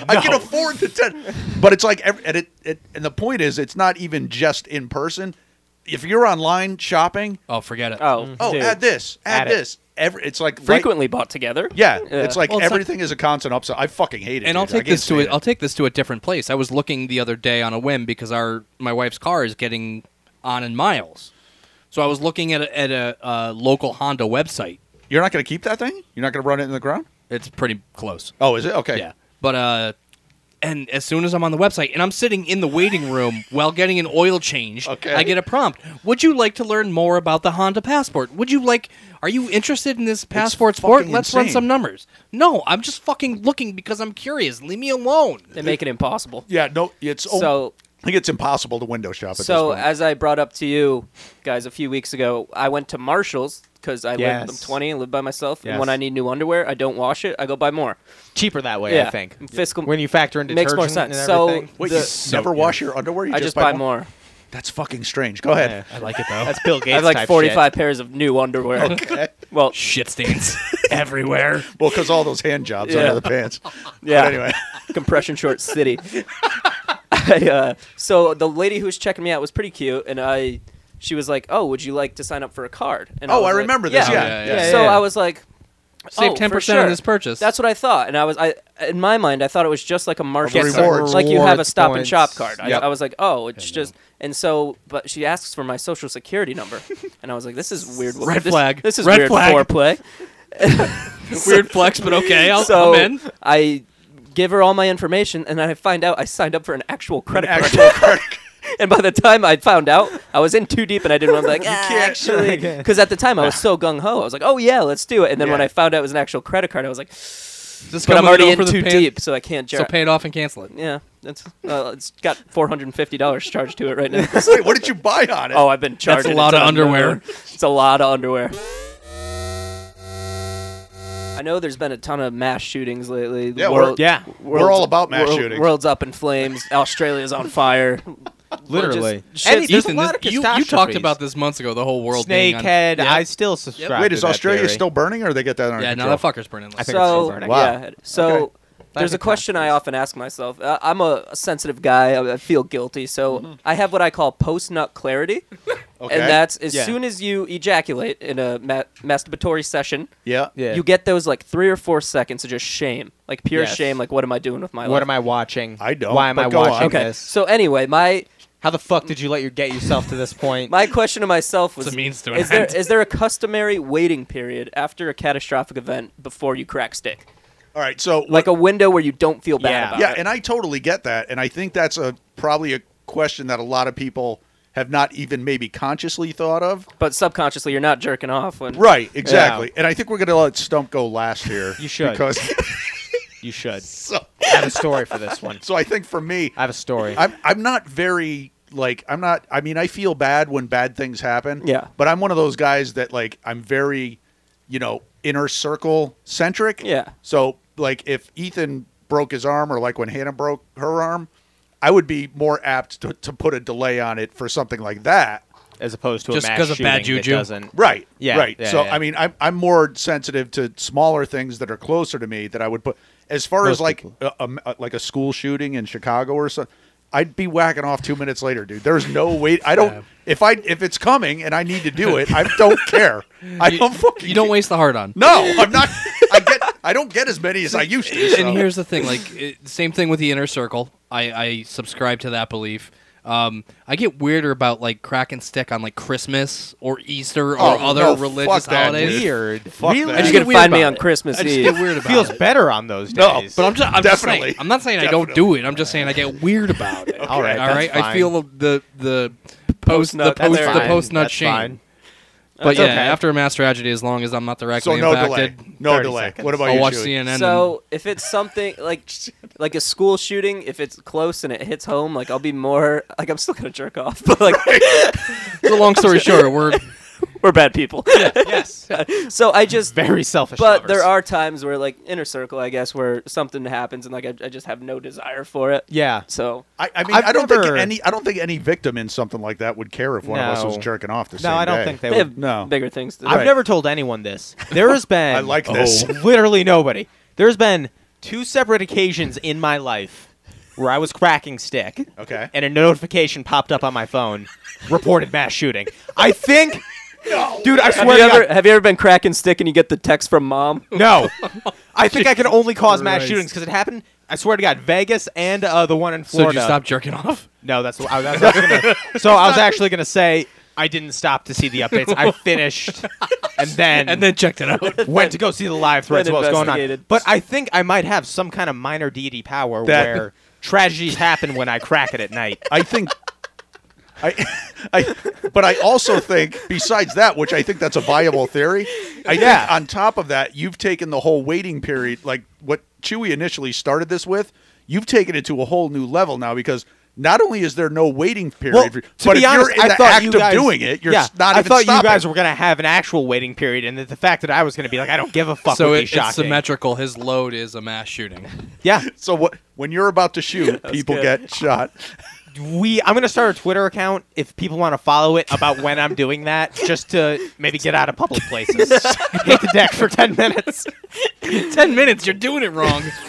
I can afford the ten. But it's like, every, and it, it, and the point is, it's not even just in person. If you're online shopping, Oh, forget it. Oh, oh, dude. add this, add, Add it. this. Every, it's like like- frequently bought together. yeah, it's like Well, it's like- everything is a constant upside. I fucking hate it. and I'll dude. I take this can't to stand a, I'll take this to a different place. I was looking the other day on a whim because our my wife's car is getting on in miles, so I was looking at a, at a uh, local Honda website. You're not going to keep that thing. You're not going to run it in the ground. It's pretty close. Oh, is it okay? Yeah, but uh, and as soon as I'm on the website and I'm sitting in the waiting room while getting an oil change, Okay. I get a prompt. Would you like to learn more about the Honda Passport? Would you like? Are you interested in this passport sport? fucking Let's run insane. some numbers. No, I'm just fucking looking because I'm curious. Leave me alone. They make it impossible. Yeah, no, it's oh, So I think it's impossible to window shop at So, this point. as I brought up to you guys a few weeks ago, I went to Marshalls because I live, I'm Yes. 20 and live by myself. And Yes. when I need new underwear, I don't wash it. I go buy more. Cheaper that way, I Yeah. think. Fiscal- when you factor in makes detergent more and sense. So- everything. Wait, the- you never wash your underwear? You I just buy one? more. That's fucking strange. Go ahead. I like it though. That's Bill Gates. I have like type 45 pairs of new underwear. Well, Shit stains everywhere. Well, because all those hand jobs Yeah. under the pants. yeah. But anyway, compression shorts city. I, uh, so the lady who was checking me out was pretty cute, and I, she was like, "Oh, would you like to sign up for a card?" And Oh, was I like- remember this, yeah, Yeah, yeah, yeah. So yeah. I was like, Save "Oh, for 10% sure. on this purchase. That's what I thought, and I was I in my mind I thought it was just like a Marshall Get some card, rewards. like you have a Rewards Stop and points. Shop card. I, Yep. I was like, oh, it's just and so, but she asks for my social security number, and I was like, this is weird. Red this, flag. This is Red weird flag. foreplay. Weird flex, but okay. I'll so I'm in. I give her all my information, and I find out I signed up for an actual credit card. actual card. And by the time I found out, I was in too deep, and I didn't want to be like, ah, can't- actually, because at the time I was so gung ho. I was like, oh yeah, let's do it. And then when Yeah. I found out it was an actual credit card, I was like, Does this but come I'm with already no in further too pay- deep, so I can't. So jar- pay it off and cancel it. Yeah, that's well, it's got four hundred and fifty dollars charged to it right now. Wait, what did you buy on it? oh, I've been charged. a lot of underwear. It's a lot of underwear. I know there's been a ton of mass shootings lately. The Yeah, we're- shit. Yeah, we're all about mass world- shootings. World's up in flames. Australia's on fire. literally. just- Any- there's a Ethan, lot this- of you, you catastrophes. talked about this months ago, the whole world being on- Snakehead. Yeah. I still subscribe. Wait, is to that Australia theory. still burning, or they get that under Yeah, now control? that fucker's burning. I think- it's still so burning. Wow. yeah. So Okay. there's a That question I often ask myself. Uh, I'm a, a sensitive guy. I, I feel guilty. So Mm-hmm. I have what I call post nut clarity, Okay. and that's as Yeah. soon as you ejaculate in a ma- masturbatory session. yeah. Yeah. You get those like three or four seconds of just shame, like pure Yes. shame. Like, what am I doing with my What life? am I watching? I don't, Why am but I go on. watching Okay. this? So anyway, my How the fuck did you let your get yourself to this point? my question to myself was: a means to an Is there end. is there a customary waiting period after a catastrophic event before you crack stick, All right. So like a window where you don't feel bad Yeah. about yeah it? and i totally get that and i think that's a probably a question that a lot of people have not even maybe consciously thought of but subconsciously you're not jerking off when right exactly and i think we're going to let stump go last here You should. because you should. so, I have a story for this one. so i think for me I have a story. I'm, I'm not very like i'm not i mean i feel bad when bad things happen Yeah. but i'm one of those guys that like i'm very you know inner circle centric Yeah. so like if ethan broke his arm or like when hannah broke her arm i would be more apt to, to put a delay on it for something like that as opposed to Just a mass 'cause of bad shooting that juju. doesn't- Right. Yeah, Right. yeah, so yeah. I mean, I'm I'm more sensitive to smaller things that are closer to me that I would put as far as Most like people. a, a- like a school shooting in Chicago or something. I'd be whacking off two minutes later, dude. There's no wait. I don't. If I if it's coming and I need to do it, I don't care. I don't fucking. You don't care. waste the hard on. No, I'm not. I get. I don't get as many as I used to. so. And here's the thing, like it, same thing with the inner circle. I, I subscribe to that belief. Um, I get weirder about like crack and stick on like Christmas or Easter or Oh, other no, fuck religious that, holidays. dude. Weird. Fuck really? that. And I you get can Get find me about on it. Christmas I just get Eve. weird about Feels it. better on those days. No, But I'm just, I'm just saying, Definitely. I'm not saying I don't do it. I'm just saying I get weird about it. All right, all that's right. I fine. feel the the post the nut post that's there. the fine. post nut That's shame. fine. But That's yeah, okay. after a mass tragedy, as long as I'm not directly so no delay. impacted, No 30 delay. seconds. What about I'll you? watch Chewy? CNN. So if it's something like like a school shooting, if it's close and it hits home, like I'll be more like I'm still gonna jerk off, but like and, so long story short, we're we're bad people. yes. so I just Very selfish. But lovers. there are times where like inner circle, I guess, where something happens and like I, I just have no desire for it. Yeah. So I, I mean, I've I've I do not never- think any. I don't think any victim in something like that would care if one of us was No. jerking off the same No, I don't day. think they they would. have No. bigger things to do. I've never told anyone this. There has been. I like this. Oh, literally nobody. There's been two separate occasions in my life where I was cracking stick. Okay. And a notification popped up on my phone. Reported mass shooting. I think. Dude, I Have swear you to ever God, have you ever been cracking stick and you get the text from mom? no. I think I can only cause mass Christ. shootings because it happened. I swear to God, Vegas and uh, the one in so did Florida. you stop jerking off? No, that's what I, that's what I was gonna. so I was actually gonna say I didn't stop to see the updates. I finished, and then And then checked it out. went to go see the live threads of Then what was going on. investigated. But I think I might have some kind of minor deity power That- where tragedies happen when I crack it at night. I think. I, I, but I also think, besides that, which I think that's a viable theory, I think on top of that, you've taken the whole waiting period, like what Chewy initially started this with, you've taken it to a whole new level now because not only is there no waiting period, Well, for- to but be if honest, you're in I the thought act you of guys, doing it, you're yeah, s- not I even thought you stopping. guys were gonna have an actual waiting period, and that the fact that I was gonna be like, I don't give a fuck, So would it- be shocking. it's symmetrical. His load is a mass shooting. Yeah, so what, when you're about to shoot, people good. get shot. we. I'm gonna start a Twitter account if people want to follow it about when I'm doing that, just to maybe get out of public places. Hit the deck for ten minutes. 10 minutes. You're doing it wrong.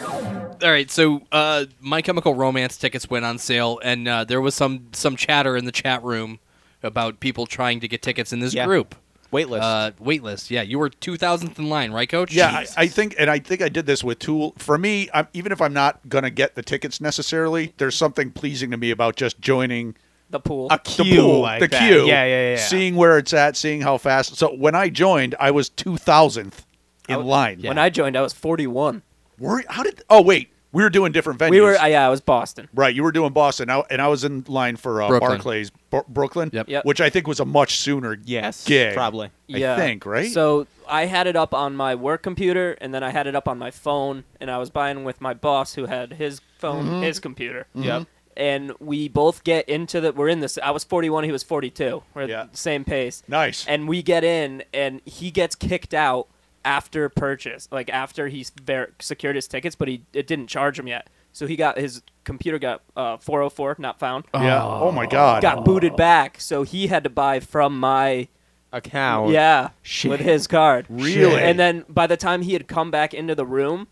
All right, so uh, My Chemical Romance tickets went on sale, and uh, there was some some chatter in the chat room about people trying to get tickets in this Yeah. group. Waitlist. Uh, waitlist. Yeah, you were two thousandth in line, right, Coach? Yeah, I, I think, and I think I did this with Tool. For me, I'm, even if I'm not gonna get the tickets necessarily, there's something pleasing to me about just joining The pool. a the queue, pool, like the that. queue, Yeah, yeah, yeah. seeing where it's at, seeing how fast. So when I joined, I was two thousandth in Oh, I- line. When I joined, I was 41. Were- how did? Oh wait, we were doing different venues. We were I- yeah, I was Boston. right. You were doing Boston, I, and I was in line for uh, Brooklyn. Barclays, Bro- Brooklyn, Yep. Yep. which I think was a much sooner yes, gig, probably. I yeah. think, right? So I had it up on my work computer and then I had it up on my phone and I was buying with my boss who had his phone, Mm-hmm. his computer. Yep. And we both get into the we're in this I was 41, he was 42. We're at Yeah. the same pace. Nice. And we get in and he gets kicked out after purchase, like after he ver- secured his tickets, but he it didn't charge him yet. So he got his computer got uh, 404 not found. yeah. Oh, my God. Got booted back, so he had to buy from my Account. yeah, Shit. with his card. Really? And then by the time he had come back into the room,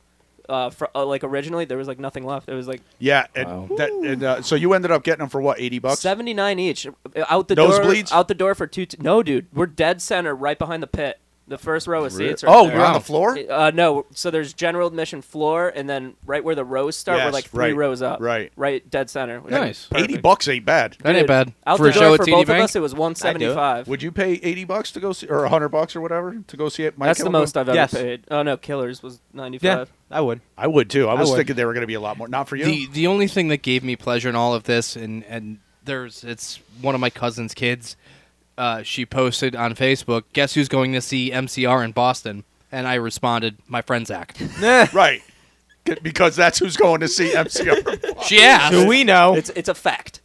uh, fr- uh like originally there was like nothing left. It was like yeah. And that, and uh, so you ended up getting them for what, eighty bucks? seventy nine each, Uh, out the Nosebleeds? door, out the door for two. T- no, dude, we're dead center, right behind the pit, the first row of Re- seats. Right oh, there. you're on the floor. Uh, no, so there's general admission floor, and then right where the rows start, we're Yes, like three right, rows up, right. right dead center. which is Nice. perfect. Eighty bucks ain't bad. that ain't Dude, bad Out for a the show door at for TD both Bank. of us, it was one seventy five. Would you pay eighty bucks to go see, or hundred bucks or whatever to go see it? My That's the Chemical- most I've ever Yes. paid. Oh no, Killers was ninety Yeah, five. I would. I would too. I was would. thinking they were going to be a lot more. Not for you. The the only thing that gave me pleasure in all of this, and and there's it's one of my cousin's kids. Uh, she posted on Facebook, "Guess who's going to see MCR in Boston?" And I responded, "My friend Zach." right. C- Because that's who's going to see MCR. she asked. Do we know? It's it's a fact.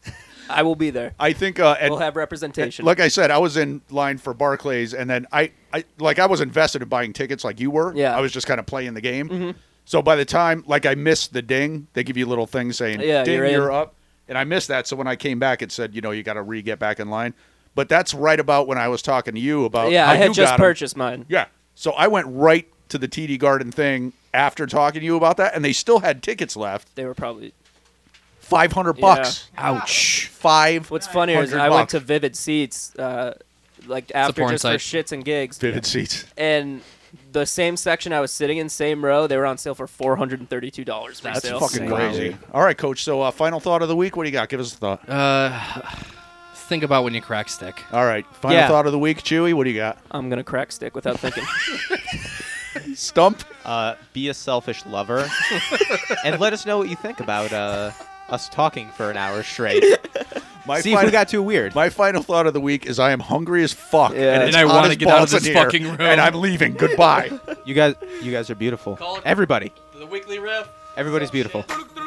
I will be there. I think. Uh, and, We'll have representation. like I said, I was in line for Barclays, and then I, I like I was invested in buying tickets, like you were. Yeah. Mm-hmm. I was just kind of playing the game. So by the time, like I missed the ding, they give you little things saying, Yeah, "Ding, you're you're, in. up," and I missed that. So when I came back, it said, "You know, you got to re get back in line." But that's right about when I was talking to you about. yeah, how I you had just got 'em. purchased mine. Yeah. So I went right to the TD Garden thing after talking to you about that, and they still had tickets left. They were probably five hundred bucks. Ouch. Five. What's funnier is 100 I went bucks. to Vivid Seats, uh, like after porn just site. for shits and gigs, vivid seats. and the same section I was sitting in, same row, they were on sale for four hundred and thirty-two dollars. That's resale. Fucking Wow. crazy. All right, coach. So uh, final thought of the week. What do you got? Give us a thought. Uh, think about when you crack stick. All right. Final Yeah. thought of the week, Chewy. What do you got? I'm gonna crack stick without thinking. Stump. Uh, be a selfish lover, and let us know what you think about uh, us talking for an hour straight. My See if we final- got too weird. My final thought of the week is I am hungry as fuck, Yeah. and, it's And I hot wanna as get out of balls in this here, fucking room. and I'm leaving. Goodbye. You guys, you guys are beautiful. Call it- Everybody, The weekly riff. everybody's beautiful. Shit.